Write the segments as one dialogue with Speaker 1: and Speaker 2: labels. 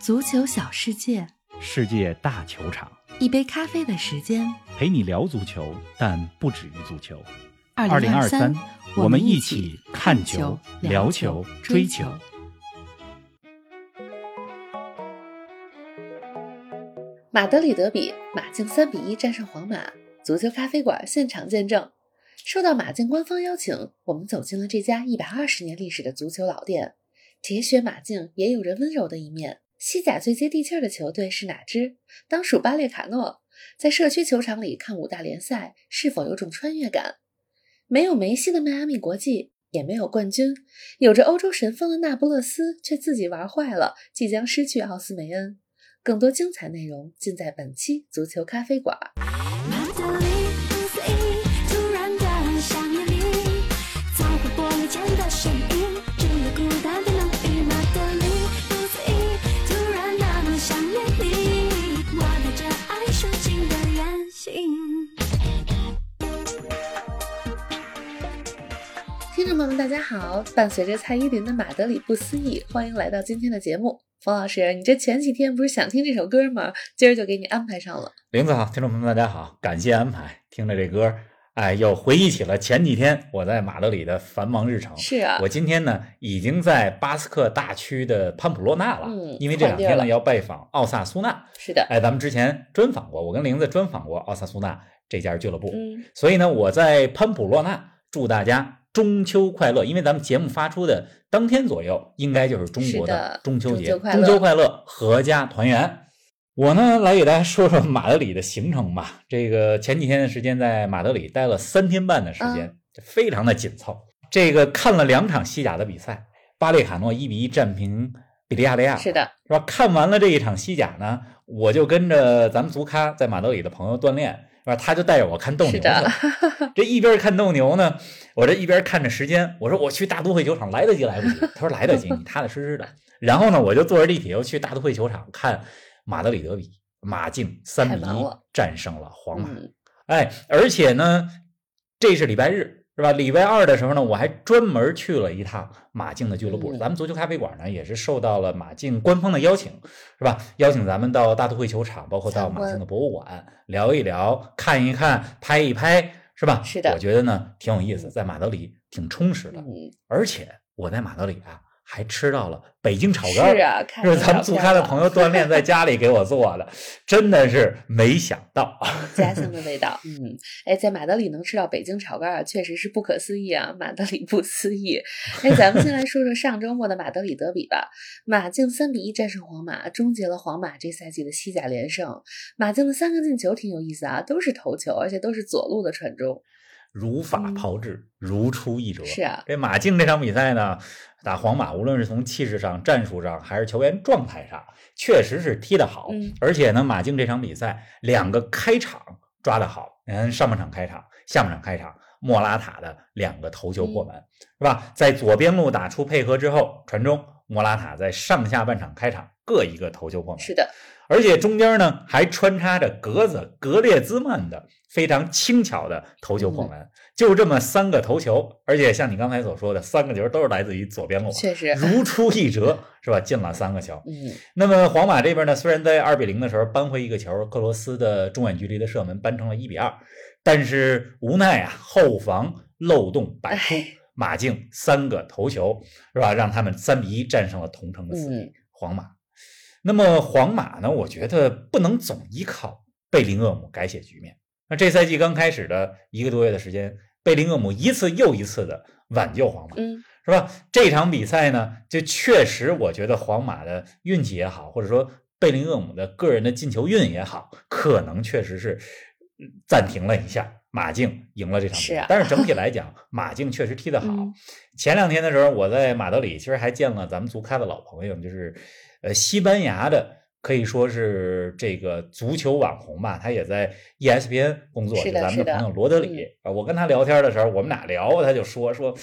Speaker 1: 足球小世界，
Speaker 2: 世界大球场，
Speaker 1: 一杯咖啡的时间。
Speaker 2: 陪你聊足球，但不止于足球。
Speaker 1: 二
Speaker 2: 零二
Speaker 1: 三，
Speaker 2: 我们
Speaker 1: 一
Speaker 2: 一起看球、聊球、追求。
Speaker 3: 马德里德比，马竞三比一战胜皇马。足球咖啡馆现场见证。受到马竞官方邀请，我们走进了这家一百二十年历史的足球老店。铁血马竞也有着温柔的一面。西甲最接地气儿的球队是哪支？当属巴列卡诺。在社区球场里看五大联赛，是否有种穿越感？没有梅西的迈阿密国际，也没有冠军，有着欧洲神锋的那不勒斯却自己玩坏了，即将失去奥斯梅恩。更多精彩内容尽在本期足球咖啡馆。
Speaker 4: 马德里五四一，突然的想念你，踩过玻璃前的身影，只有孤单的冷雨。马德里五四一，突然那么想念你，我带着爱深情的远行。
Speaker 3: 听众朋友们，大家好！伴随着蔡依林的《马德里不思议》，欢迎来到今天的节目。冯老师，你这前几天不是想听这首歌吗？今儿就给你安排上了。
Speaker 2: 林子好，听众朋友们，大家好，感谢安排。听了这歌，哎，又回忆起了前几天我在马德里的繁忙日程。
Speaker 3: 是啊
Speaker 2: 我，今天呢已经在巴斯克大区的潘普洛纳了，
Speaker 3: 嗯
Speaker 2: 因为这两
Speaker 3: 换地儿
Speaker 2: 天
Speaker 3: 了
Speaker 2: 呢要拜访奥萨苏纳。
Speaker 3: 是的，
Speaker 2: 哎，咱们之前专访过，我跟玲子专访过奥萨苏纳这家俱乐部。
Speaker 3: 嗯，
Speaker 2: 所以呢，我在潘普洛纳祝大家中秋快乐，因为咱们节目发出的当天左右，应该就是中
Speaker 3: 是
Speaker 2: 国
Speaker 3: 的
Speaker 2: 中秋节，
Speaker 3: 中秋快乐
Speaker 2: 阖家团圆。我呢，来给大家说说马德里的行程吧。这个前几天的时间在马德里待了三天半的时间，
Speaker 3: 嗯
Speaker 2: 非常的紧凑。这个看了两场西甲的比赛，巴列卡诺一比一战平比利亚雷亚尔，
Speaker 3: 是的，
Speaker 2: 是吧？看完了这一场西甲呢，我就跟着咱们足咖在马德里的朋友锻炼，是吧？他就带着我看斗牛
Speaker 3: 是的
Speaker 2: 去了这一边看斗牛呢，我这一边看着时间，我说我去大都会球场来得及来不及？他说来得及，你踏踏实实的。然后呢，我就坐着地铁又去大都会球场看马德里德比，马竞三比
Speaker 3: 太忙
Speaker 2: 一
Speaker 3: 了
Speaker 2: 战胜了皇马。
Speaker 3: 嗯，
Speaker 2: 哎，而且呢，这是礼拜日，是吧？礼拜二的时候呢，我还专门去了一趟马竞的俱乐部。
Speaker 3: 嗯
Speaker 2: 咱们足球咖啡馆呢，也是受到了马竞官方的邀请，是吧？邀请咱们到大都会球场，包括到
Speaker 3: 参观
Speaker 2: 马竞的博物馆聊一聊、看一看、拍一拍，是吧？
Speaker 3: 是的
Speaker 2: 我觉得呢，挺有意思，在马德里挺充实的，
Speaker 3: 嗯
Speaker 2: 而且我在马德里啊，还吃到了北京炒肝儿。
Speaker 3: 是啊，看
Speaker 2: 是咱们足咖的朋
Speaker 3: 友，
Speaker 2: 友锻炼在家里给我做的，真的是没想到。
Speaker 3: 家乡的味道。嗯，哎，在马德里能吃到北京炒肝儿，确实是不可思议啊！马德里不思议。哎，咱们先来说说上周末的马德里德比吧。马竞三比一战胜皇马，终结了皇马这赛季的西甲连胜。马竞的三个进球挺有意思啊，都是头球，而且都是左路的传中。
Speaker 2: 如法炮制，如出一辙。
Speaker 3: 嗯是啊
Speaker 2: 这马竞这场比赛呢，打皇马，无论是从气势上、战术上，还是球员状态上，确实是踢得好。
Speaker 3: 嗯
Speaker 2: 而且呢，马竞这场比赛两个开场抓得好，嗯，上半场开场，下半场开场，莫拉塔的两个头球
Speaker 3: 嗯
Speaker 2: 破门，是吧？在左边路打出配合之后传中，莫拉塔在上下半场开场各一个头球破门。
Speaker 3: 是的，
Speaker 2: 而且中间呢还穿插着格子格列兹曼的非常轻巧的头球破门，
Speaker 3: 嗯
Speaker 2: 就这么三个头球，而且像你刚才所说的，三个球都是来自于左边路，
Speaker 3: 确 实，
Speaker 2: 如出一辙，是吧？进了三个球。
Speaker 3: 嗯，
Speaker 2: 那么皇马这边呢，虽然在二比零的时候扳回一个球，克罗斯的中远距离的射门扳成了一比二，但是无奈啊，后防漏洞百出
Speaker 3: 哎，
Speaker 2: 马竞三个头球是吧，让他们三比一战胜了同城的死敌、
Speaker 3: 嗯
Speaker 2: 皇马。那么皇马呢，我觉得不能总依靠贝林厄姆改写局面。那这赛季刚开始的一个多月的时间，贝林厄姆一次又一次的挽救皇马，
Speaker 3: 嗯，
Speaker 2: 是吧？这场比赛呢，就确实我觉得皇马的运气也好，或者说贝林厄姆的个人的进球运也好，可能确实是嗯暂停了一下。马竞赢了这场比
Speaker 3: 是
Speaker 2: 赛，
Speaker 3: 啊
Speaker 2: 但是整体来讲，马竞确实踢得好。
Speaker 3: 嗯
Speaker 2: 前两天的时候，我在马德里其实还见了咱们足咖的老朋友，就是呃西班牙的，可以说是这个足球网红吧，他也在 E ESPN 工作，
Speaker 3: 是的
Speaker 2: 咱们
Speaker 3: 是的
Speaker 2: 朋友罗德
Speaker 3: 嗯
Speaker 2: 里啊。我跟他聊天的时候，我们俩聊，他就说说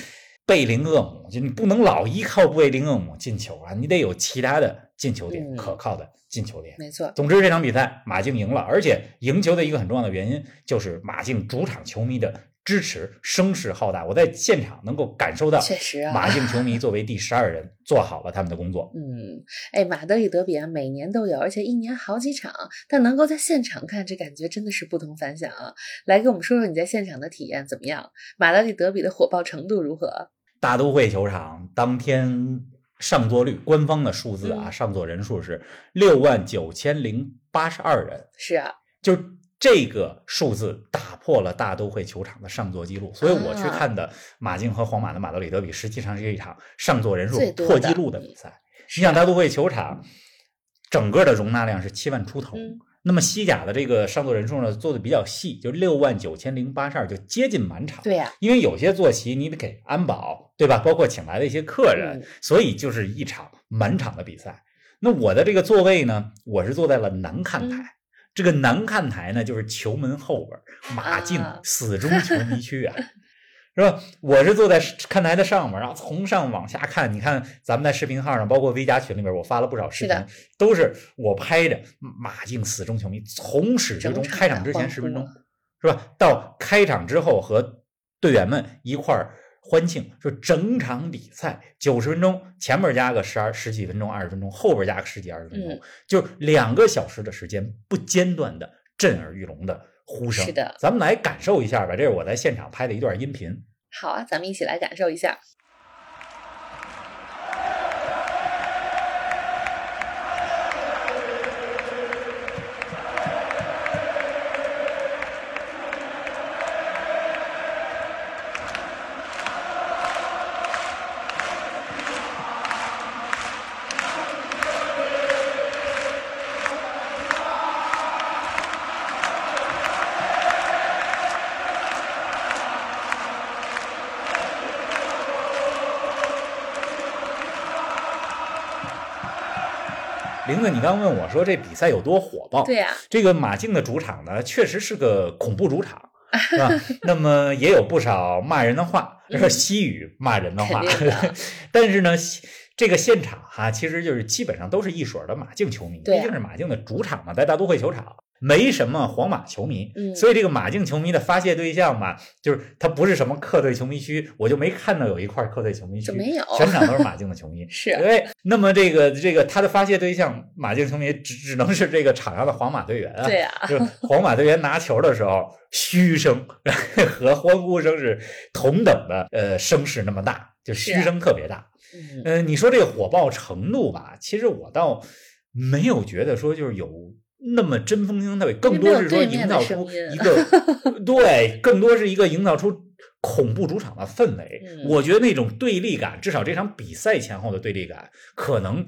Speaker 2: 贝林厄姆，就你不能老依靠贝林厄姆进球啊，你得有其他的进球点，
Speaker 3: 嗯
Speaker 2: 可靠的进球点。
Speaker 3: 没错，
Speaker 2: 总之，这场比赛马竞赢了，而且赢球的一个很重要的原因就是马竞主场球迷的支持，声势浩大。我在现场能够感受到，
Speaker 3: 确实啊
Speaker 2: 马竞球迷作为第十二人做好了他们的工作。
Speaker 3: 嗯，哎，马德里德比啊，每年都有，而且一年好几场，但能够在现场看，这感觉真的是不同凡响啊！来给我们说说你在现场的体验怎么样？马德里德比的火爆程度如何？
Speaker 2: 大都会球场当天上座率，官方的数字啊，
Speaker 3: 嗯
Speaker 2: 上座人数是六万九千零八十二人，
Speaker 3: 是啊，
Speaker 2: 就这个数字打破了大都会球场的上座记录，所以我去
Speaker 3: 啊
Speaker 2: 看的马竞和皇马的马德里德比，实际上是一场上座人数
Speaker 3: 最多
Speaker 2: 破
Speaker 3: 的
Speaker 2: 纪录的比
Speaker 3: 嗯
Speaker 2: 赛。你想，大都会球场整个的容纳量是七万出头，
Speaker 3: 嗯
Speaker 2: 那么西甲的这个上座人数呢，做的比较细，就六万九千零八十二，就接近满场。
Speaker 3: 对呀、
Speaker 2: 因为有些坐席你得给安保，对吧？包括请来的一些客人，
Speaker 3: 嗯
Speaker 2: 所以就是一场满场的比赛。那我的这个座位呢，我是坐在了南看台。
Speaker 3: 嗯
Speaker 2: 这个南看台呢，就是球门后边儿，马竞
Speaker 3: 啊
Speaker 2: 死忠球迷区啊，是吧？我是坐在看台的上面，然后从上往下看。你看，咱们在视频号上，包括 V 加群里面，我发了不少
Speaker 3: 是
Speaker 2: 视频
Speaker 3: 的，
Speaker 2: 都是我拍着马竞死忠球迷从始至终，
Speaker 3: 整场
Speaker 2: 开场
Speaker 3: 的
Speaker 2: 之前
Speaker 3: 欢
Speaker 2: 十分
Speaker 3: 呼啊
Speaker 2: 钟，是吧？到开场之后和队员们一块儿欢庆，说整场比赛九十分钟，前面加个十二十几分钟、二十分钟，后边加个十几二十分钟，
Speaker 3: 嗯
Speaker 2: 就两个小时的时间不间断的震耳欲聋的呼声。
Speaker 3: 是的
Speaker 2: 咱们来感受一下吧，这是我在现场拍的一段音频。
Speaker 3: 好啊，咱们一起来感受一下。
Speaker 2: 玲子，你刚问我说这比赛有多火爆？
Speaker 3: 对啊呀、
Speaker 2: 这个马竞的主场呢，确实是个恐怖主场，是吧？那么也有不少骂人的话，
Speaker 3: 嗯
Speaker 2: 是西语骂人的话
Speaker 3: 肯定的。
Speaker 2: 但是呢，西这个现场哈、其实就是基本上都是一水儿的马竞球迷，
Speaker 3: 对啊
Speaker 2: 毕竟是马竞的主场嘛，在大都会球场。没什么皇马球迷，
Speaker 3: 嗯
Speaker 2: 所以这个马竞球迷的发泄对象嘛，就是他不是什么客队球迷区，我就没看到有一块客队球迷区，
Speaker 3: 就没有
Speaker 2: 全场都是马竞的球 迷。
Speaker 3: 是
Speaker 2: 对，那么这个这个他的发泄对象马竞球迷只只能是这个场上的皇马队员啊。
Speaker 3: 对啊，
Speaker 2: 就是皇马队员拿球的时候，嘘声 和欢呼声是同等的，呃，声势那么大，就是
Speaker 3: 啊
Speaker 2: 嘘声特别大。
Speaker 3: 嗯，
Speaker 2: 嗯、你说这个火爆程度吧，其实我倒没有觉得说就是有那么针锋相对，更多是说营造出一个 对，更多是一个营造出恐怖主场的氛围。
Speaker 3: 嗯
Speaker 2: 我觉得那种对立感，至少这场比赛前后的对立感，可能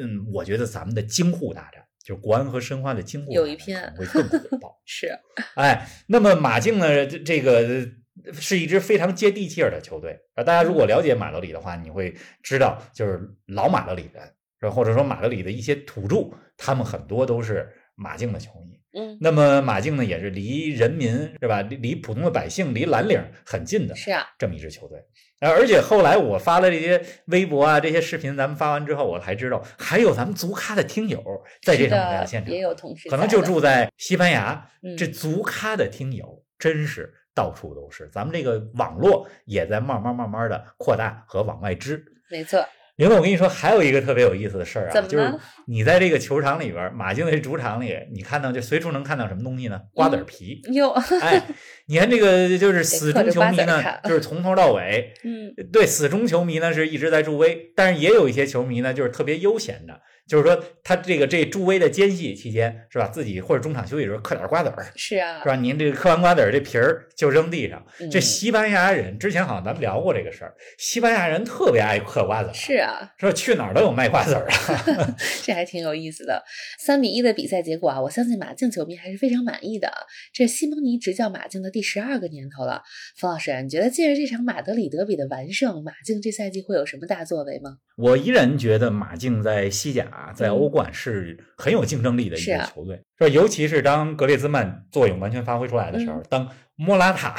Speaker 2: 嗯，我觉得咱们的京沪大战。就是国安和申花的京沪
Speaker 3: 有
Speaker 2: 大
Speaker 3: 一
Speaker 2: 战
Speaker 3: 拼
Speaker 2: 可能会更火爆，
Speaker 3: 是
Speaker 2: 哎，那么马竞呢，这这个呃是一支非常接地气儿的球队。啊，大家如
Speaker 3: 嗯
Speaker 2: 果了解马德里的话，你会知道，就是老马德里人，是吧或者说马德里的一些土著，他们很多都是马竞的球迷。
Speaker 3: 嗯，
Speaker 2: 那么马竞呢，也是离人民是吧，离离普通的百姓、离蓝领很近的
Speaker 3: 是啊，
Speaker 2: 这么一支球队。呃而且后来我发了这些微博啊，这些视频，咱们发完之后，我才知道还有咱们足咖的听友在这
Speaker 3: 是
Speaker 2: 场比赛
Speaker 3: 的
Speaker 2: 现，场
Speaker 3: 也有同事
Speaker 2: 可能
Speaker 3: 在
Speaker 2: 就
Speaker 3: 的
Speaker 2: 住在西班牙，
Speaker 3: 嗯
Speaker 2: 这足咖的听友真是到处都是。咱们这个网络也在慢慢慢慢的扩大和往外支。
Speaker 3: 没错，
Speaker 2: 玲总，我跟你说，还有一个特别有意思的事儿啊，
Speaker 3: 怎么
Speaker 2: 就是
Speaker 3: 了
Speaker 2: 你在这个球场里边儿，马竞的这主场里，你看到就随处能看到什么东西呢？瓜
Speaker 3: 嗯
Speaker 2: 子儿皮。
Speaker 3: 哟，
Speaker 2: 哎，你看这个就是死忠球迷
Speaker 3: 嗑着瓜
Speaker 2: 呢
Speaker 3: 子儿，看
Speaker 2: 就是从头到尾
Speaker 3: 嗯，
Speaker 2: 对，死忠球迷呢是一直在助威，但是也有一些球迷呢就是特别悠闲的，就是说他这个这助威的间隙期间是吧，自己或者中场休息的时候嗑点瓜子儿，
Speaker 3: 是啊
Speaker 2: 是，吧？您这个嗑完瓜子儿这皮儿就扔地上。这
Speaker 3: 嗯
Speaker 2: 西班牙人之前好像咱们聊过这个事儿，西班牙人特别爱嗑瓜子儿，
Speaker 3: 是啊，
Speaker 2: 说去哪儿都有卖瓜子儿啊。
Speaker 3: 这还挺有意思的。三比一的比赛结果啊，我相信马竞球迷还是非常满意的。啊这西蒙尼执教马竞的第十二个年头了，冯老师，你觉得借着这场马德里德比的完胜，马竞这赛季会有什么大作为吗？
Speaker 2: 我依然觉得马竞在西甲、在欧冠是很有竞争力的一
Speaker 3: 嗯是
Speaker 2: 支
Speaker 3: 啊嗯
Speaker 2: 球队，是吧？尤其是当格列兹曼作用完全发挥出来的时候，当莫拉塔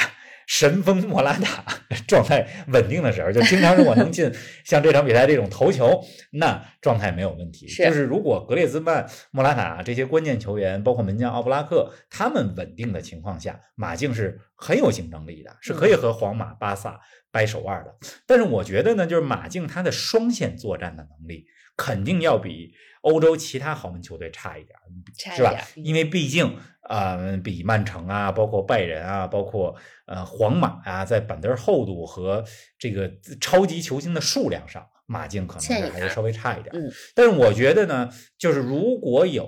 Speaker 2: 神锋莫拉塔状态稳定的时候，就经常如果能进 像这场比赛这种头球，那状态没有问题。
Speaker 3: 是啊
Speaker 2: 就是如果格列兹曼、莫拉塔这些关键球员，包括门将奥布拉克，他们稳定的情况下，马竞是很有竞争力的，是可以和皇马、巴萨掰手腕的。但是我觉得呢，就是马竞他的双线作战的能力肯定要比欧洲其他豪门球队差一点儿，
Speaker 3: 差一
Speaker 2: 是吧
Speaker 3: 点儿？嗯
Speaker 2: 因为毕竟呃，比曼城啊，包括拜仁啊，包括呃皇马啊，在板凳厚度和这个超级球星的数量上，马竞可能
Speaker 3: 欠一
Speaker 2: 是
Speaker 3: 点
Speaker 2: 还是稍微差一点。
Speaker 3: 嗯，
Speaker 2: 但是我觉得呢，就是如果有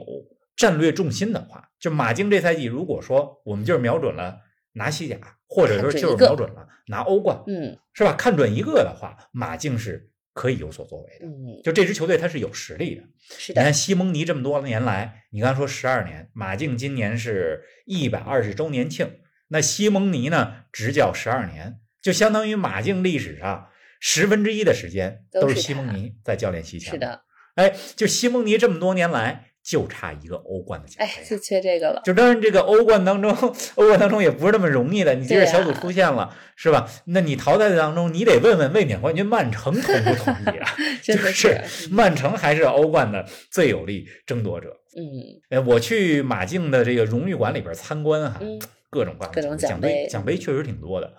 Speaker 2: 战略重心的话，就马竞这赛季，如果说我们就是瞄准了拿西甲，或者说
Speaker 3: 看准
Speaker 2: 就
Speaker 3: 一
Speaker 2: 是
Speaker 3: 个
Speaker 2: 瞄准了拿欧冠，
Speaker 3: 嗯
Speaker 2: 是吧？看准一个的话，马竞是可以有所作为的。
Speaker 3: 嗯，
Speaker 2: 就这支球队，它是有实力的。
Speaker 3: 是
Speaker 2: 你
Speaker 3: 的，
Speaker 2: 看西蒙尼这么多年来，你刚才说十二年，马竞今年是一百二十周年庆，那西蒙尼呢执教十二年，就相当于马竞历史上十分之一的时间
Speaker 3: 都
Speaker 2: 都是
Speaker 3: 是
Speaker 2: 西
Speaker 3: 他
Speaker 2: 蒙尼在教练席前。
Speaker 3: 是，的，
Speaker 2: 哎，就西蒙尼这么多年来，就差一个欧冠的
Speaker 3: 哎，
Speaker 2: 奖杯
Speaker 3: 就
Speaker 2: 啊。
Speaker 3: 缺这个了。
Speaker 2: 就当然，这个欧冠当中，欧冠当中也不是那么容易的。你这
Speaker 3: 对啊
Speaker 2: 个
Speaker 3: 呀
Speaker 2: 小组出现了，是吧？那你淘汰当中，你得问问卫冕冠军曼城同不同 意啊？
Speaker 3: 真的
Speaker 2: 就是
Speaker 3: 是
Speaker 2: 曼城还是欧冠的最有力争夺者。
Speaker 3: 嗯，
Speaker 2: 呃，我去马竞的这个荣誉馆里边参观哈，
Speaker 3: 嗯
Speaker 2: 各种各样的
Speaker 3: 各种
Speaker 2: 奖
Speaker 3: 奖
Speaker 2: 杯，
Speaker 3: 杯
Speaker 2: 奖杯确实挺多的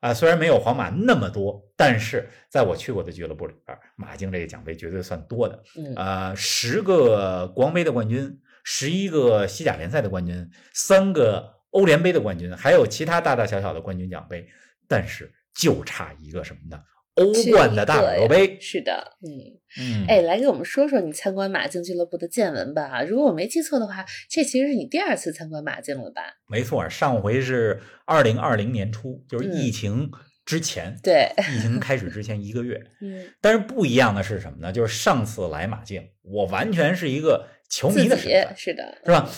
Speaker 2: 啊、虽然没有皇马那么多，但是在我去过的俱乐部里边，马竞这个奖杯绝对算多的。
Speaker 3: 嗯
Speaker 2: 呃，十个国王杯的冠军，十一个西甲联赛的冠军，三个欧联杯的冠军，还有其他大大小小的冠军奖杯，但是就差一个什么呢？欧
Speaker 3: 缺
Speaker 2: 冠
Speaker 3: 一
Speaker 2: 的大
Speaker 3: 个
Speaker 2: 满
Speaker 3: 呀
Speaker 2: 洲杯。
Speaker 3: 是的，嗯，
Speaker 2: 嗯，
Speaker 3: 哎，来给我们说说你参观马竞俱乐部的见闻吧。啊如果我没记错的话，这其实是你第二次参观马竞了吧？
Speaker 2: 没错儿，上回是二零二零年初，就是
Speaker 3: 嗯
Speaker 2: 疫情之前，
Speaker 3: 对，
Speaker 2: 疫情开始之前一个月。
Speaker 3: 嗯，
Speaker 2: 但是不一样的是什么呢？就是上次来马竞，我完全是一个球迷
Speaker 3: 自
Speaker 2: 的身
Speaker 3: 己
Speaker 2: 份，
Speaker 3: 是的，
Speaker 2: 是吧？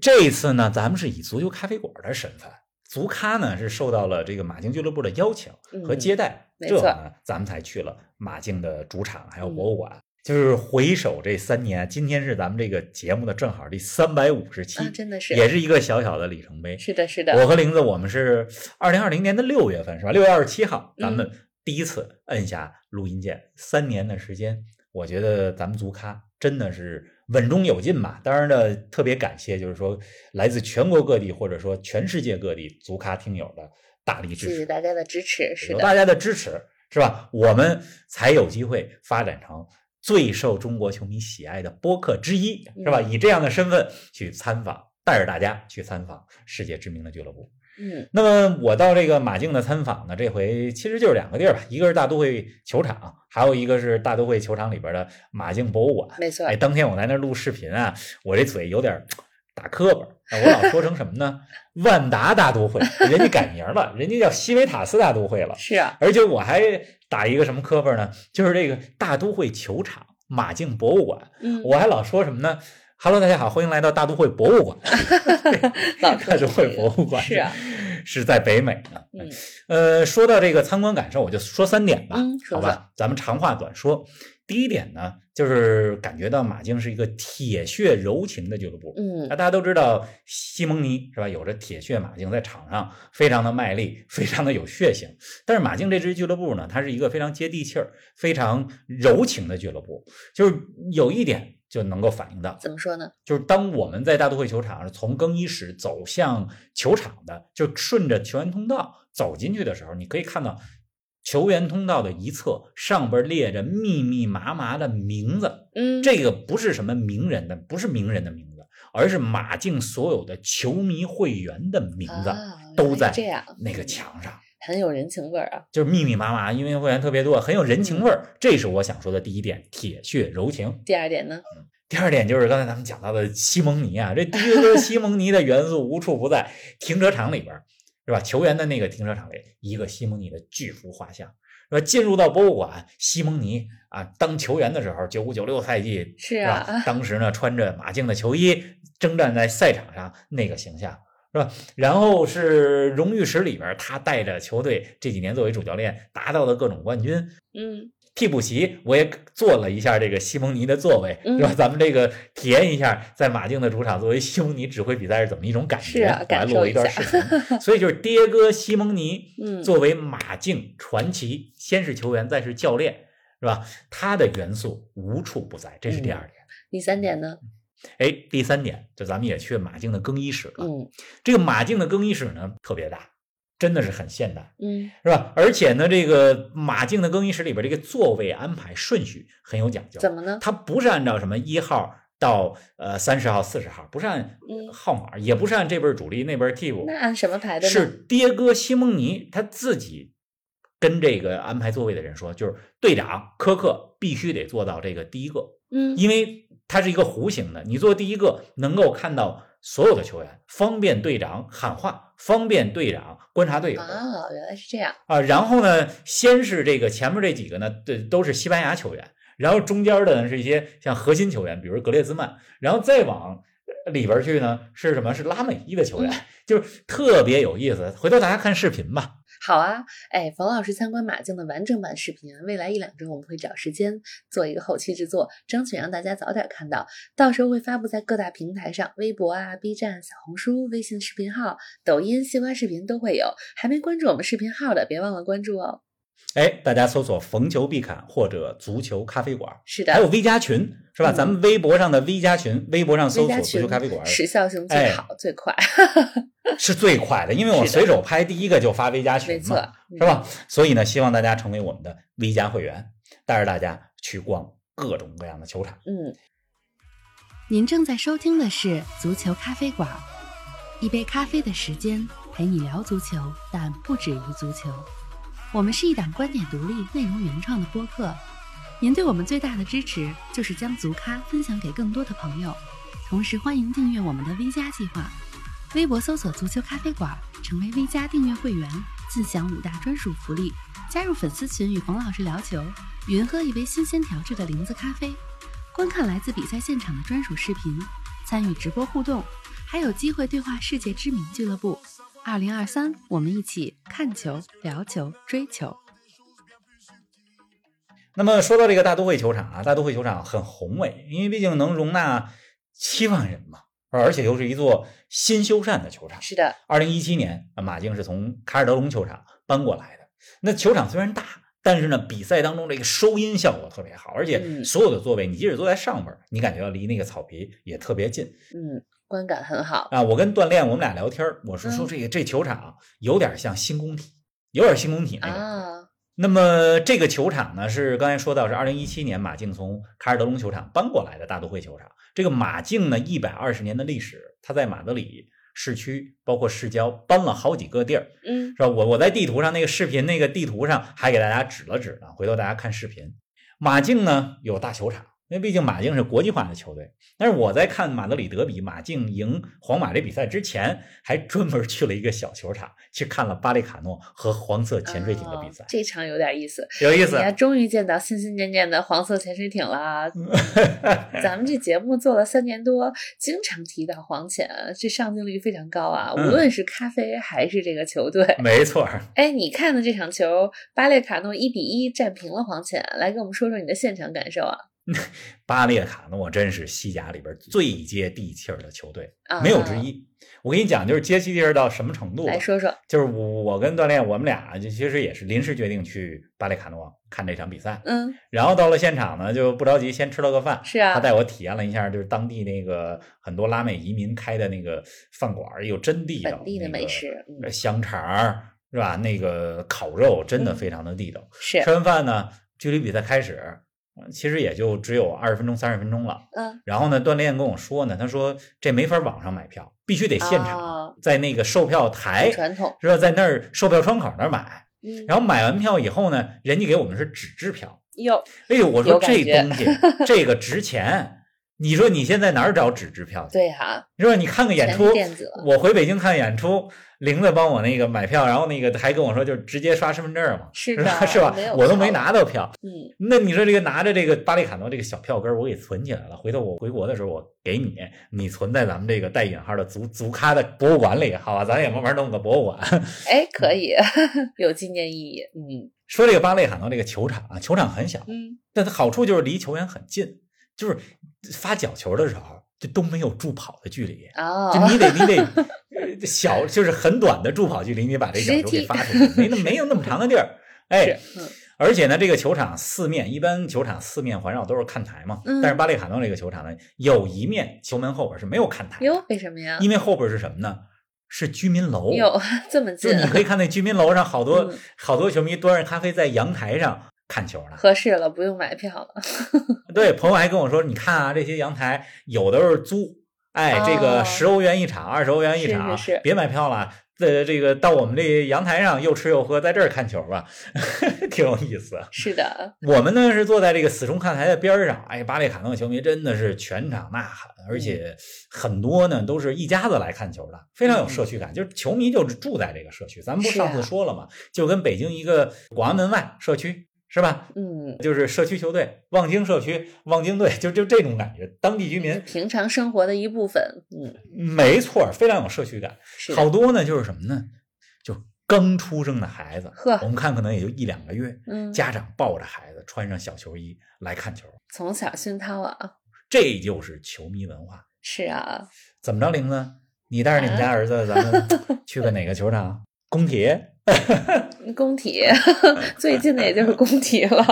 Speaker 2: 这一次呢，咱们是以足球咖啡馆的身份，足咖呢是受到了这个马竞俱乐部的邀请和接待，
Speaker 3: 嗯没
Speaker 2: 这
Speaker 3: 错嗯
Speaker 2: 呢咱们才去了马竞的主场还有博物馆。就是回首这三年，今天是咱们这个节目的正好第三百五十期
Speaker 3: 啊，，真的是，
Speaker 2: 也是一个小小的里程碑。
Speaker 3: 是的，是的，
Speaker 2: 我和玲子，我们是二零二零年的六月份，是吧？六月二十七
Speaker 3: 嗯
Speaker 2: 号，咱们第一次摁下录音键，三年的时间，我觉得咱们足咖真的是稳中有进吧。当然呢，特别感谢就是说来自全国各地或者说全世界各地足咖听友的大力支
Speaker 3: 谢谢
Speaker 2: 持，
Speaker 3: 大家的支持，是
Speaker 2: 有
Speaker 3: 的，
Speaker 2: 大家的支持，是吧？我们才有机会发展成。最受中国球迷喜爱的播客之一，是吧？
Speaker 3: 嗯
Speaker 2: 以这样的身份去参访，带着大家去参访世界知名的俱乐部。
Speaker 3: 嗯
Speaker 2: 那么我到这个马竞的参访呢，这回其实就是两个地儿吧，一个是大都会球场，还有一个是大都会球场里边的马竞博物馆。
Speaker 3: 没错
Speaker 2: 哎，当天我在那儿录视频啊，我这嘴有点儿打磕巴儿，哎我老说成什么呢？万达大都会，人家改名了，人家叫西维塔斯大都会了。
Speaker 3: 是啊，
Speaker 2: 而且我还打一个什么磕巴儿呢？就是这个大都会球场、马竞博物馆，
Speaker 3: 嗯，
Speaker 2: 我还老说什么呢？Hello，大家好，欢迎来到大都会博物馆。
Speaker 3: 老
Speaker 2: 大都会博物馆
Speaker 3: 是啊，
Speaker 2: 是在北美呢。
Speaker 3: 嗯
Speaker 2: 呃，说到这个参观感受，我就说三点吧，
Speaker 3: 嗯说
Speaker 2: 好吧，咱们长话短说。第一点呢，就是感觉到马竞是一个铁血柔情的俱乐部。
Speaker 3: 嗯
Speaker 2: 那大家都知道西蒙尼是吧？有着铁血马竞，在场上非常的卖力，非常的有血性。但是马竞这支俱乐部呢，它是一个非常接地气儿、非常柔情的俱乐部，就是有一点就能够反映到，
Speaker 3: 怎么说呢？
Speaker 2: 就是当我们在大都会球场从更衣室走向球场的，就顺着球员通道走进去的时候，你可以看到球员通道的一侧上边列着密密麻麻的名字，
Speaker 3: 嗯，
Speaker 2: 这个不是什么名人的，不是名人的名字，而是马竞所有的球迷会员的名字
Speaker 3: 啊原
Speaker 2: 都
Speaker 3: 来
Speaker 2: 在
Speaker 3: 这样
Speaker 2: 那个
Speaker 3: 嗯
Speaker 2: 墙上。
Speaker 3: 很有人情味儿啊，
Speaker 2: 就是密密麻麻，因为会员特别多，很有人情味儿，这是我想说的第一点，铁血柔情。
Speaker 3: 第二点呢，
Speaker 2: 第二点就是刚才咱们讲到的西蒙尼啊，这的确就是西蒙尼的元素无处不在，停车场里边儿是吧？球员的那个停车场里，一个西蒙尼的巨幅画像。是吧？进入到博物馆，西蒙尼啊，当球员的时候，九五九六赛季
Speaker 3: 是
Speaker 2: 是
Speaker 3: 啊
Speaker 2: 吧？当时呢，穿着马竞的球衣，征战在赛场上那个形象，是吧？然后是荣誉室里边儿，他带着球队这几年作为主教练达到的各种冠军，
Speaker 3: 嗯，
Speaker 2: 替补席我也坐了一下这个西蒙尼的座位，
Speaker 3: 嗯
Speaker 2: 是吧？咱们这个体验一下在马竞的主场作为西蒙尼指挥比赛是怎么一种感觉，
Speaker 3: 是啊
Speaker 2: 我还
Speaker 3: 感
Speaker 2: 录了
Speaker 3: 受
Speaker 2: 一段
Speaker 3: 一下
Speaker 2: 视频。 所以就是迭戈西蒙尼
Speaker 3: 嗯
Speaker 2: 作为马竞传奇，先是球员，再是教练，是吧？他的元素无处不在，这是第
Speaker 3: 嗯
Speaker 2: 二点。
Speaker 3: 第三点呢？
Speaker 2: 哎，第三点，就咱们也去马竞的更衣室了。
Speaker 3: 嗯
Speaker 2: 这个马竞的更衣室呢特别大，真的是很现代，
Speaker 3: 嗯
Speaker 2: 是吧？而且呢，这个马竞的更衣室里边这个座位安排顺序很有讲究，
Speaker 3: 怎么呢？
Speaker 2: 它不是按照什么一号到呃三十号、四十号，不是按
Speaker 3: 嗯
Speaker 2: 号码，也不是按这边主力那边替补
Speaker 3: 那，按什么排的呢？
Speaker 2: 是迭戈西蒙尼他自己跟这个安排座位的人说，就是队长科克必须得做到这个第一个，
Speaker 3: 嗯
Speaker 2: 因为它是一个弧形的，你做第一个能够看到所有的球员，方便队长喊话，方便队长观察队友啊、
Speaker 3: 啊，原来是这样。
Speaker 2: 然后呢，先是这个前面这几个呢，对，都是西班牙球员，然后中间的呢是一些像核心球员，比如格列兹曼，然后再往。里边去呢是什么？是拉美裔的
Speaker 3: 嗯
Speaker 2: 球员， 就是特别有意思。回头大家看视频吧。
Speaker 3: 好啊，哎，冯老师参观马竞的完整版视频，未来一两周我们会找时间做一个后期制作，争取让大家早点看到，到时候会发布在各大平台上，微博啊、B 站、小红书、微信视频号、抖音、西瓜视频都会有。还没关注我们视频号的，别忘了关注哦。
Speaker 2: 哎，大家搜索“逢球必侃”或者“足球咖啡馆”，
Speaker 3: 是
Speaker 2: 还有
Speaker 3: 的，
Speaker 2: V 加群是吧？
Speaker 3: 嗯
Speaker 2: 咱们微博上的 V 加群，微博上搜
Speaker 3: V 加
Speaker 2: 索“足球
Speaker 3: 群
Speaker 2: 咖啡馆
Speaker 3: 时效性最
Speaker 2: 哎
Speaker 3: 好、最快，”
Speaker 2: 是最快的，因为我
Speaker 3: 是的
Speaker 2: 随手拍第一个就发 V 加
Speaker 3: 没
Speaker 2: 群
Speaker 3: 错嗯
Speaker 2: 嘛，，是吧？所以呢，希望大家成为我们的 V 加会员，带着大家去逛各种各样的球场。
Speaker 3: 嗯？嗯，
Speaker 1: 您正在收听的是《足球咖啡馆》，一杯咖啡的时间陪你聊足球，但不止于足球。我们是一档观点独立、内容原创的播客。您对我们最大的支持就是将足咖分享给更多的朋友，同时欢迎订阅我们的 V 加计划。微博搜索“足球咖啡馆”，成为 V 加订阅会员，尽享五大专属福利，加入粉丝群与冯老师聊球，云喝一杯新鲜调制的零子咖啡，观看来自比赛现场的专属视频，参与直播互动，还有机会对话世界知名俱乐部。二零二三，我们一起看球、聊球、追球。
Speaker 2: 那么说到这个大都会球场啊，大都会球场很宏伟，因为毕竟能容纳七万人嘛，而且又是一座新修缮的球场。
Speaker 3: 是的，
Speaker 2: 二零一七年，啊马竞是从卡尔德隆球场搬过来的。那球场虽然大，但是呢，比赛当中这个收音效果特别好，而且
Speaker 3: 嗯
Speaker 2: 所有的座位，你即使坐在上边儿，你感觉到离那个草皮也特别近
Speaker 3: 嗯，观感很好，
Speaker 2: 啊。我跟锻炼我们俩聊天儿，我是
Speaker 3: 嗯
Speaker 2: 说这个这球场啊有点像新工体，有点新工体那种。
Speaker 3: 啊，
Speaker 2: 那么这个球场呢，是刚才说到是二零一七年马竞从卡尔德隆球场搬过来的大都会球场。这个马竞呢，一百二十年的历史，它在马德里市区包括市郊搬了好几个地儿，
Speaker 3: 嗯
Speaker 2: 是吧？我我在地图上那个视频那个地图上还给大家指了指呢，回头大家看视频。马竞呢有大球场，因为毕竟马竞是国际化的球队。但是我在看马德里德比马竞赢皇马这比赛之前，还专门去了一个小球场去看了巴列卡诺和黄色潜水艇的比赛
Speaker 3: 哦，这场有点意思。
Speaker 2: 有意思
Speaker 3: 你。还终于见到心心念念的黄色潜水艇啦！
Speaker 2: 嗯
Speaker 3: 咱们这节目做了三年多，经常提到黄潜，这上镜率非常高啊，无
Speaker 2: 嗯
Speaker 3: 论是咖啡还是这个球队。
Speaker 2: 没错儿，
Speaker 3: 哎，你看的这场球，巴列卡诺一比一战平了黄潜，来给我们说说你的现场感受啊！
Speaker 2: 巴列卡诺真是西甲里边最接地气儿的球队，
Speaker 3: 啊，
Speaker 2: 没有之一。我跟你讲，就是接地气儿到什么程度吧
Speaker 3: 来说说，
Speaker 2: 就是我我跟锻炼，我们俩就其实也是临时决定去巴列卡诺看这场比赛，
Speaker 3: 嗯
Speaker 2: 然后到了现场呢，就不着急，先吃了个饭。
Speaker 3: 是啊
Speaker 2: 他带我体验了一下，就是当地那个很多拉美移民开的那个饭馆儿，有真地道，
Speaker 3: 本地的美食
Speaker 2: 那个
Speaker 3: 嗯
Speaker 2: 香肠儿是吧？那个烤肉真的
Speaker 3: 嗯
Speaker 2: 非常的地道。
Speaker 3: 是，
Speaker 2: 吃完饭呢，距离比赛开始，呃其实也就只有二十分钟、三十分钟了。
Speaker 3: 嗯
Speaker 2: 然后呢，锻炼跟我说呢，他说这没法网上买票，必须得现场、
Speaker 3: 哦
Speaker 2: 在那个售票
Speaker 3: 很
Speaker 2: 台，
Speaker 3: 传统，
Speaker 2: 是吧？在那儿售票窗口那儿买。
Speaker 3: 嗯，
Speaker 2: 哎然后买完票以后呢，人家给我们是纸质票。
Speaker 3: 哟，
Speaker 2: 哎呦，我
Speaker 3: 有
Speaker 2: 说
Speaker 3: 感
Speaker 2: 这
Speaker 3: 觉
Speaker 2: 东西这个值钱，你说你现在哪儿找纸质票去？
Speaker 3: 对哈、
Speaker 2: 你说你看个演
Speaker 3: 全是
Speaker 2: 出，嗯
Speaker 3: 电子了。
Speaker 2: 我回北京看演出，玲子帮我那个买票，然后那个还跟我说，就直接刷身份证嘛，
Speaker 3: 是的
Speaker 2: 是吧？是吧
Speaker 3: 没有？
Speaker 2: 我都没
Speaker 3: 票
Speaker 2: 拿到票。
Speaker 3: 嗯，
Speaker 2: 那你说这个拿着这个巴列卡诺这个小票根儿，我给存起来了，回头我回国的时候我给你，你存在咱们这个带引号的足足咖的博物馆里，好吧？咱也慢慢弄个博物馆。
Speaker 3: 哎，
Speaker 2: 嗯
Speaker 3: 可以， 有纪念意义。嗯
Speaker 2: 说这个巴列卡诺这个球场啊，球场很小，
Speaker 3: 嗯，
Speaker 2: 但它好处就是离球员很近，就是发角球的时候，这都没有助跑的距离。
Speaker 3: 哦，
Speaker 2: 就你得你得呃小，就是很短的助跑距离，你把这角球给发出去，没那没有那么长的地 儿。哎，
Speaker 3: 是嗯
Speaker 2: 而且呢，这个球场四面一般球场四面环绕都是看台嘛，
Speaker 3: 嗯
Speaker 2: 但是巴列卡诺这个球场呢，有一面球门后边是没有看台的，
Speaker 3: 嗯哟，为什么呀？
Speaker 2: 因为后边是什么呢？是居民楼。
Speaker 3: 哟， 这么
Speaker 2: 就
Speaker 3: 近
Speaker 2: 是，你可以看那居民楼上好多、
Speaker 3: 嗯
Speaker 2: 好多球迷端着咖啡在阳台上看球呢。
Speaker 3: 合适了，不用买票了。
Speaker 2: 对，朋友还跟我说，你看啊，这些阳台有的是租，哎，这
Speaker 3: 哦
Speaker 2: 个十欧元一场，二十欧元一
Speaker 3: 是
Speaker 2: 场，
Speaker 3: 是是
Speaker 2: 别买票了。这这个到我们这阳台上又吃又喝，在这儿看球吧， 挺有意思。啊
Speaker 3: 是的，
Speaker 2: 我们呢是坐在这个死忠看台的边儿上，哎，巴列卡诺球迷真的是全场呐喊，
Speaker 3: 嗯
Speaker 2: 而且很多呢都是一家子来看球的，非常有社区感。就是球迷就是住在这个社区，咱们不
Speaker 3: 嗯是啊
Speaker 2: 上次说了嘛，就跟北京一个广安门外社区是吧？
Speaker 3: 嗯，
Speaker 2: 就是社区球队，望京社区、望京队，就就这种感觉，当地居民
Speaker 3: 平常生活的一部分。嗯，
Speaker 2: 没错，非常有社区感。
Speaker 3: 是的
Speaker 2: 好多呢，就是什么呢？就刚出生的孩子
Speaker 3: 呵，
Speaker 2: 我们看可能也就一两个月，
Speaker 3: 嗯，
Speaker 2: 家长抱着孩子穿上小球衣来看球，
Speaker 3: 从小熏陶啊，
Speaker 2: 这就是球迷文化。
Speaker 3: 是啊，
Speaker 2: 怎么着，玲子？你带着你们家儿子，咱们去个哪个球场？工体？
Speaker 3: 工 体最近的也就是工体了。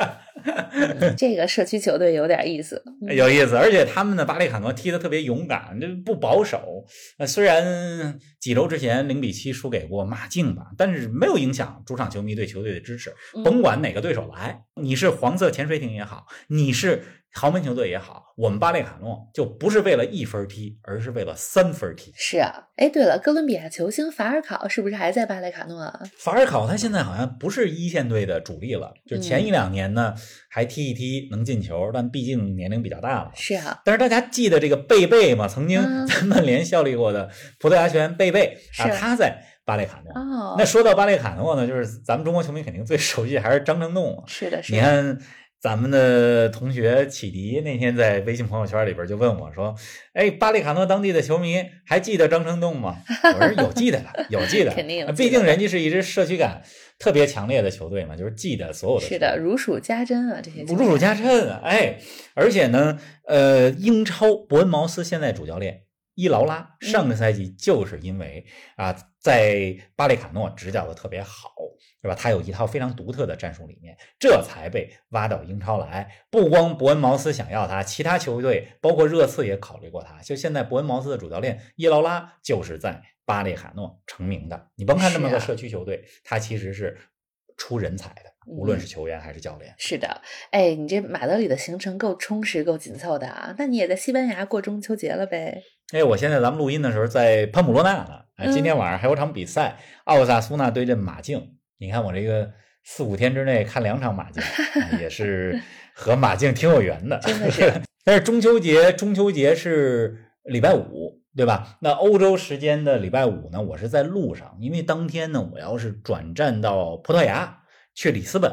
Speaker 3: 嗯这个社区球队有点意思，嗯
Speaker 2: 有意思，而且他们的巴列卡诺踢得特别勇敢，这不保守。呃，虽然几周之前零比七输给过马竞吧，但是没有影响主场球迷对球队的支持。甭管哪个对手来，你是黄色潜水艇也好，你是豪门球队也好，我们巴列卡诺就不是为了一分踢，而是为了三分踢。
Speaker 3: 是啊，哎，对了，哥伦比亚球星法尔考是不是还在巴雷卡诺啊？
Speaker 2: 法尔考他现在好像不是一线队的主力了，就
Speaker 3: 嗯
Speaker 2: 前一两年呢还踢一踢能进球，但毕竟年龄比较大了。
Speaker 3: 是啊，
Speaker 2: 但是大家记得这个贝贝吗？曾
Speaker 3: 嗯
Speaker 2: 经在曼联效力过的葡萄牙球员贝贝啊，
Speaker 3: 是
Speaker 2: 他在巴列卡诺。
Speaker 3: 哦
Speaker 2: 那，说到巴列卡诺呢，就是咱们中国球迷肯定最熟悉还是张成栋啊。
Speaker 3: 是的，是
Speaker 2: 你
Speaker 3: 的，
Speaker 2: 看咱们的同学启迪那天在微信朋友圈里边就问我说：“哎，巴列卡诺当地的球迷还记得张成栋吗？”我说：“有记得的，有记得，
Speaker 3: 肯定有记得
Speaker 2: 啊毕竟人家是一支社区感特别强烈的球队嘛，就是记得所有的球
Speaker 3: 是
Speaker 2: 队
Speaker 3: 的，如数家珍啊，这些球
Speaker 2: 如数
Speaker 3: 员
Speaker 2: 家珍啊，哎，而且呢，呃，英超伯恩茅斯现在主教练伊劳拉
Speaker 3: 嗯
Speaker 2: 上个赛季就是因为、啊，在巴列卡诺执教的特别好，是吧？他有一套非常独特的战术理念，这才被挖到英超来。不光伯恩茅斯想要他，其他球队包括热刺也考虑过他。就现在伯恩茅斯的主教练伊劳拉就是在巴列卡诺成名的。你甭看这么
Speaker 3: 是啊
Speaker 2: 个社区球队，他其实是出人才的，无论是球员还是教练。
Speaker 3: 是的，哎，你这马德里的行程够充实、够紧凑的啊！那你也在西班牙过中秋节了呗？
Speaker 2: 哎，我现在咱们录音的时候在潘普罗纳呢，哎，今天晚上还有场比赛，奥萨苏纳对阵马竞。你看我这个四五天之内看两场马竞，哎也是和马竞挺有缘的。
Speaker 3: 真的 是
Speaker 2: 但是中秋节，中秋节是礼拜五，对吧？那欧洲时间的礼拜五呢，我是在路上，因为当天呢，我要是转战到葡萄牙去里斯本，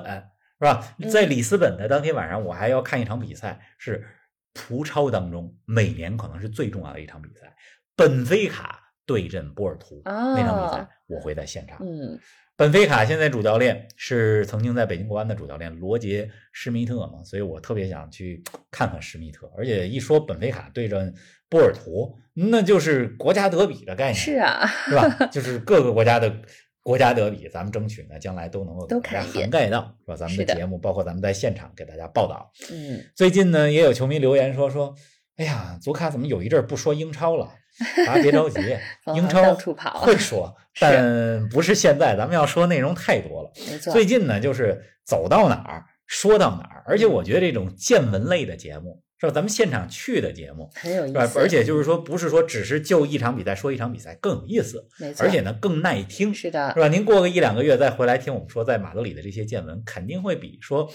Speaker 2: 是吧？在里斯本的当天晚上，我还要看一场比赛，是葡超当中每年可能是最重要的一场比赛，本菲卡对阵波尔图、那场比
Speaker 3: 哦
Speaker 2: 赛，我会在现场。
Speaker 3: 嗯，
Speaker 2: 本菲卡现在主教练是曾经在北京国安的主教练罗杰施密特嘛，所以我特别想去看看施密特。而且一说本菲卡对阵波尔图，那就是国家德比的概念，
Speaker 3: 是啊，
Speaker 2: 是吧？ 就是各个国家的国家德比，咱们争取呢将来都能够给
Speaker 3: 都
Speaker 2: 大家
Speaker 3: 看一遍
Speaker 2: 涵盖到，是吧？咱们
Speaker 3: 是的
Speaker 2: 的节目，包括咱们在现场给大家报道。
Speaker 3: 嗯，
Speaker 2: 最近呢，也有球迷留言说说，哎呀，足卡怎么有一阵儿不说英超了？大家别着急
Speaker 3: 往，
Speaker 2: 英
Speaker 3: 到
Speaker 2: 超
Speaker 3: 处跑
Speaker 2: 会说，但不是现在，咱们要说内容太多了。
Speaker 3: 没错，
Speaker 2: 最近呢，就是走到哪儿说到哪儿，而且
Speaker 3: 嗯
Speaker 2: 我觉得这种见闻类的节目，是吧？咱们现场去的节目，
Speaker 3: 很有意
Speaker 2: 是吧？
Speaker 3: 思，
Speaker 2: 而且就是说，不是说只是就一场比赛说一场比赛更有意思，
Speaker 3: 没错，
Speaker 2: 而且呢更耐听，
Speaker 3: 是的
Speaker 2: 是，吧？您过个一两个月再回来听我们说在马德里的这些见闻，肯定会比说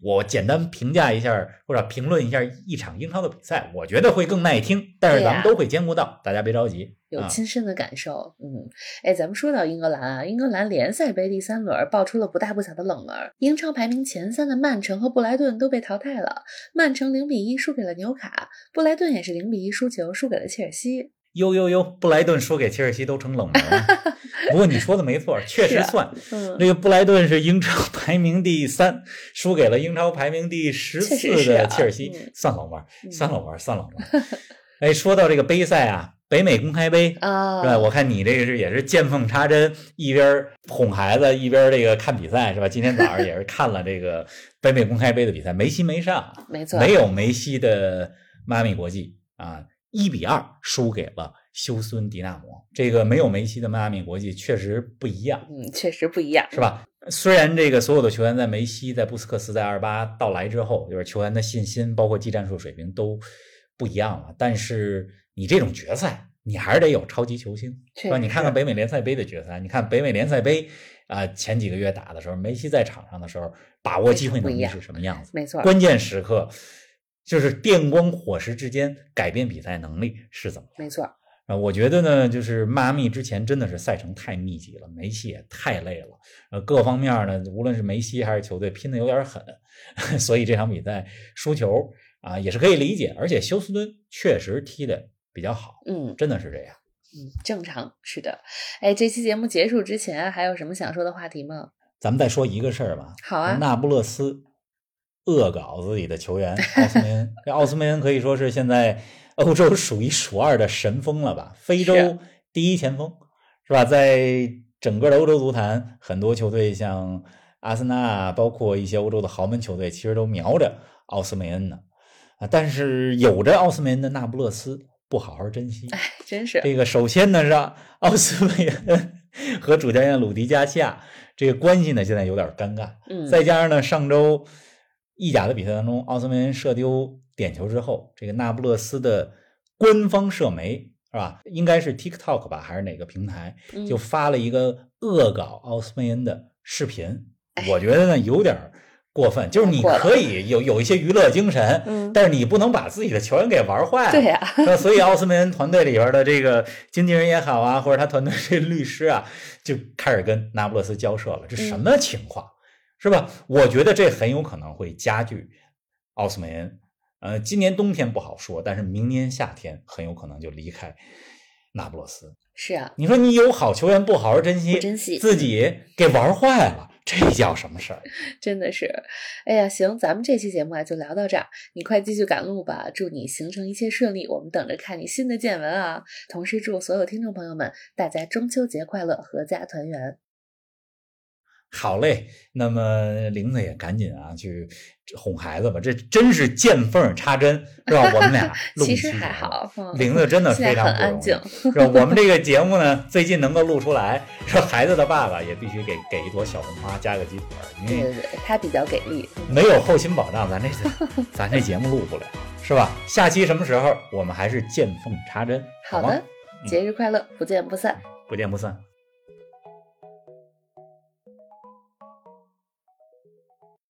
Speaker 2: 我简单评价一下或者评论一下一场英超的比赛，我觉得会更耐听，但是咱们
Speaker 5: 对呀
Speaker 2: 都会兼顾到，大家别着急。
Speaker 5: 有
Speaker 2: 啊
Speaker 5: 亲身的感受，嗯，哎，咱们说到英格兰啊，英格兰联赛杯第三轮爆出了不大不小的冷门儿，英超排名前三的曼城和布莱顿都被淘汰了，曼城零比一输给了纽卡，布莱顿也是零比一输球输给了切尔西，
Speaker 2: 呦呦呦，布莱顿输给切尔西都成冷门 了。不过你说的没错，确
Speaker 5: 是
Speaker 2: 实
Speaker 5: 啊
Speaker 2: 算。
Speaker 5: 嗯，
Speaker 2: 那个布莱顿是英超排名第三，输给了英超排名第十
Speaker 5: 确
Speaker 2: 四
Speaker 5: 实是啊
Speaker 2: 的切尔西
Speaker 5: 嗯，
Speaker 2: 算冷门，
Speaker 5: 嗯
Speaker 2: 算冷门，算冷 门。哎，说到这个杯赛啊，北美公开杯。
Speaker 5: 啊，
Speaker 2: 是吧？我看你这个是也是见缝插针，一边哄孩子，一边这个看比赛是吧？今天早上也是看了这个北美公开杯的比赛，梅西没上，
Speaker 5: 没错，
Speaker 2: 没有梅西的妈咪国际啊，一比二输给了休斯敦迪纳摩。这个没有梅西的妈咪国际确实不一样，
Speaker 5: 嗯，确实不一样，
Speaker 2: 是吧？虽然这个所有的球员在梅西、在布斯克斯、在阿尔巴到来之后，就是球员的信心，包括技战术水平都不一样了，但是你这种决赛，你还是得有超级球星，
Speaker 5: 确
Speaker 2: 是吧？
Speaker 5: 实
Speaker 2: 你看
Speaker 5: 是
Speaker 2: 看北美联赛杯的决赛，你看北美联赛杯啊、前几个月打的时候，梅西在场上的时候，把握机会能
Speaker 5: 不一
Speaker 2: 力
Speaker 5: 样
Speaker 2: 是什么样子？
Speaker 5: 没错，
Speaker 2: 关键时刻就是电光火石之间改变比赛能力是怎么样？
Speaker 5: 没错，
Speaker 2: 啊，我觉得呢，就是迈阿密之前真的是赛程太密集了，梅西也太累了，呃，各方面呢，无论是梅西还是球队拼的有点狠， 所以这场比赛输球啊也是可以理解，而且休斯敦确实踢的比较好，
Speaker 5: 嗯。
Speaker 2: 真的是这样。
Speaker 5: 嗯，正常，是的。哎，这期节目结束之前，啊还有什么想说的话题吗？
Speaker 2: 咱们再说一个事儿吧，
Speaker 5: 好啊
Speaker 2: 嗯那不勒斯恶搞自己的球员奥斯梅恩，这奥斯梅恩可以说是现在欧洲 数一数二的神锋了吧？非
Speaker 5: 是啊
Speaker 2: 洲第一前锋是吧？在整个的欧洲足坛，很多球队像阿森纳啊，包括一些欧洲的豪门球队，其实都瞄着奥斯梅恩呢。啊，但是有着奥斯梅恩的那不勒斯不好好珍惜，
Speaker 5: 真是，
Speaker 2: 这个首先呢是奥斯梅恩 和主教练鲁迪加西亚这个关系呢现在有点尴尬，
Speaker 5: 嗯，
Speaker 2: 再加上呢上周意甲的比赛当中，奥斯梅恩射丢点球之后，这个那不勒斯的官方社媒是吧，应该是 TikTok 吧还是哪个平台，
Speaker 5: 嗯
Speaker 2: 就发了一个恶搞奥斯梅恩的视频，我觉得呢有点儿过分，就是你
Speaker 5: 哎过了
Speaker 2: 可以有有一些娱乐精神，
Speaker 5: 嗯
Speaker 2: 但是你不能把自己的球员给玩坏了。啊
Speaker 5: 对啊呀、
Speaker 2: 那所以奥斯梅恩团队里边的这个经纪人也好啊，或者他团队这律师啊，就开始跟那不勒斯交涉了，这什么情况，是吧？我觉得这很有可能会加剧奥斯梅恩。呃，今年冬天不好说，但是明年夏天很有可能就离开那不勒斯。
Speaker 5: 是啊，
Speaker 2: 你说你有好球员不好好珍惜，
Speaker 5: 不珍惜
Speaker 2: 自己给玩坏了，这叫什么事儿？
Speaker 5: 真的是。哎呀，行，咱们这期节目啊就聊到这儿，你快继续赶路吧，祝你行程一切顺利，我们等着看你新的见闻啊。同时祝所有听众朋友们大家中秋节快乐，阖家团圆。
Speaker 2: 好嘞，那么玲子也赶紧啊去哄孩子吧，这真是见缝儿插针，是吧？我们俩录
Speaker 5: 其
Speaker 2: 一
Speaker 5: 实
Speaker 2: 期
Speaker 5: 还
Speaker 2: 节目。
Speaker 5: 好，嗯
Speaker 2: 玲子真的
Speaker 5: 现在
Speaker 2: 非常
Speaker 5: 很
Speaker 2: 不容
Speaker 5: 安
Speaker 2: 易
Speaker 5: 静，
Speaker 2: 是吧？我们这个节目呢，最近能够录出来，说孩子的爸爸也必须给给一朵小红花，加个鸡腿儿，
Speaker 5: 对
Speaker 2: 因为
Speaker 5: 对对，他比较给力。
Speaker 2: 没有后勤保障，咱这 咱这节目录不了，是吧？下期什么时候我们还是见缝插针，
Speaker 5: 好
Speaker 2: 吗？
Speaker 5: 的，节日快乐，不见不散。
Speaker 2: 不见不散。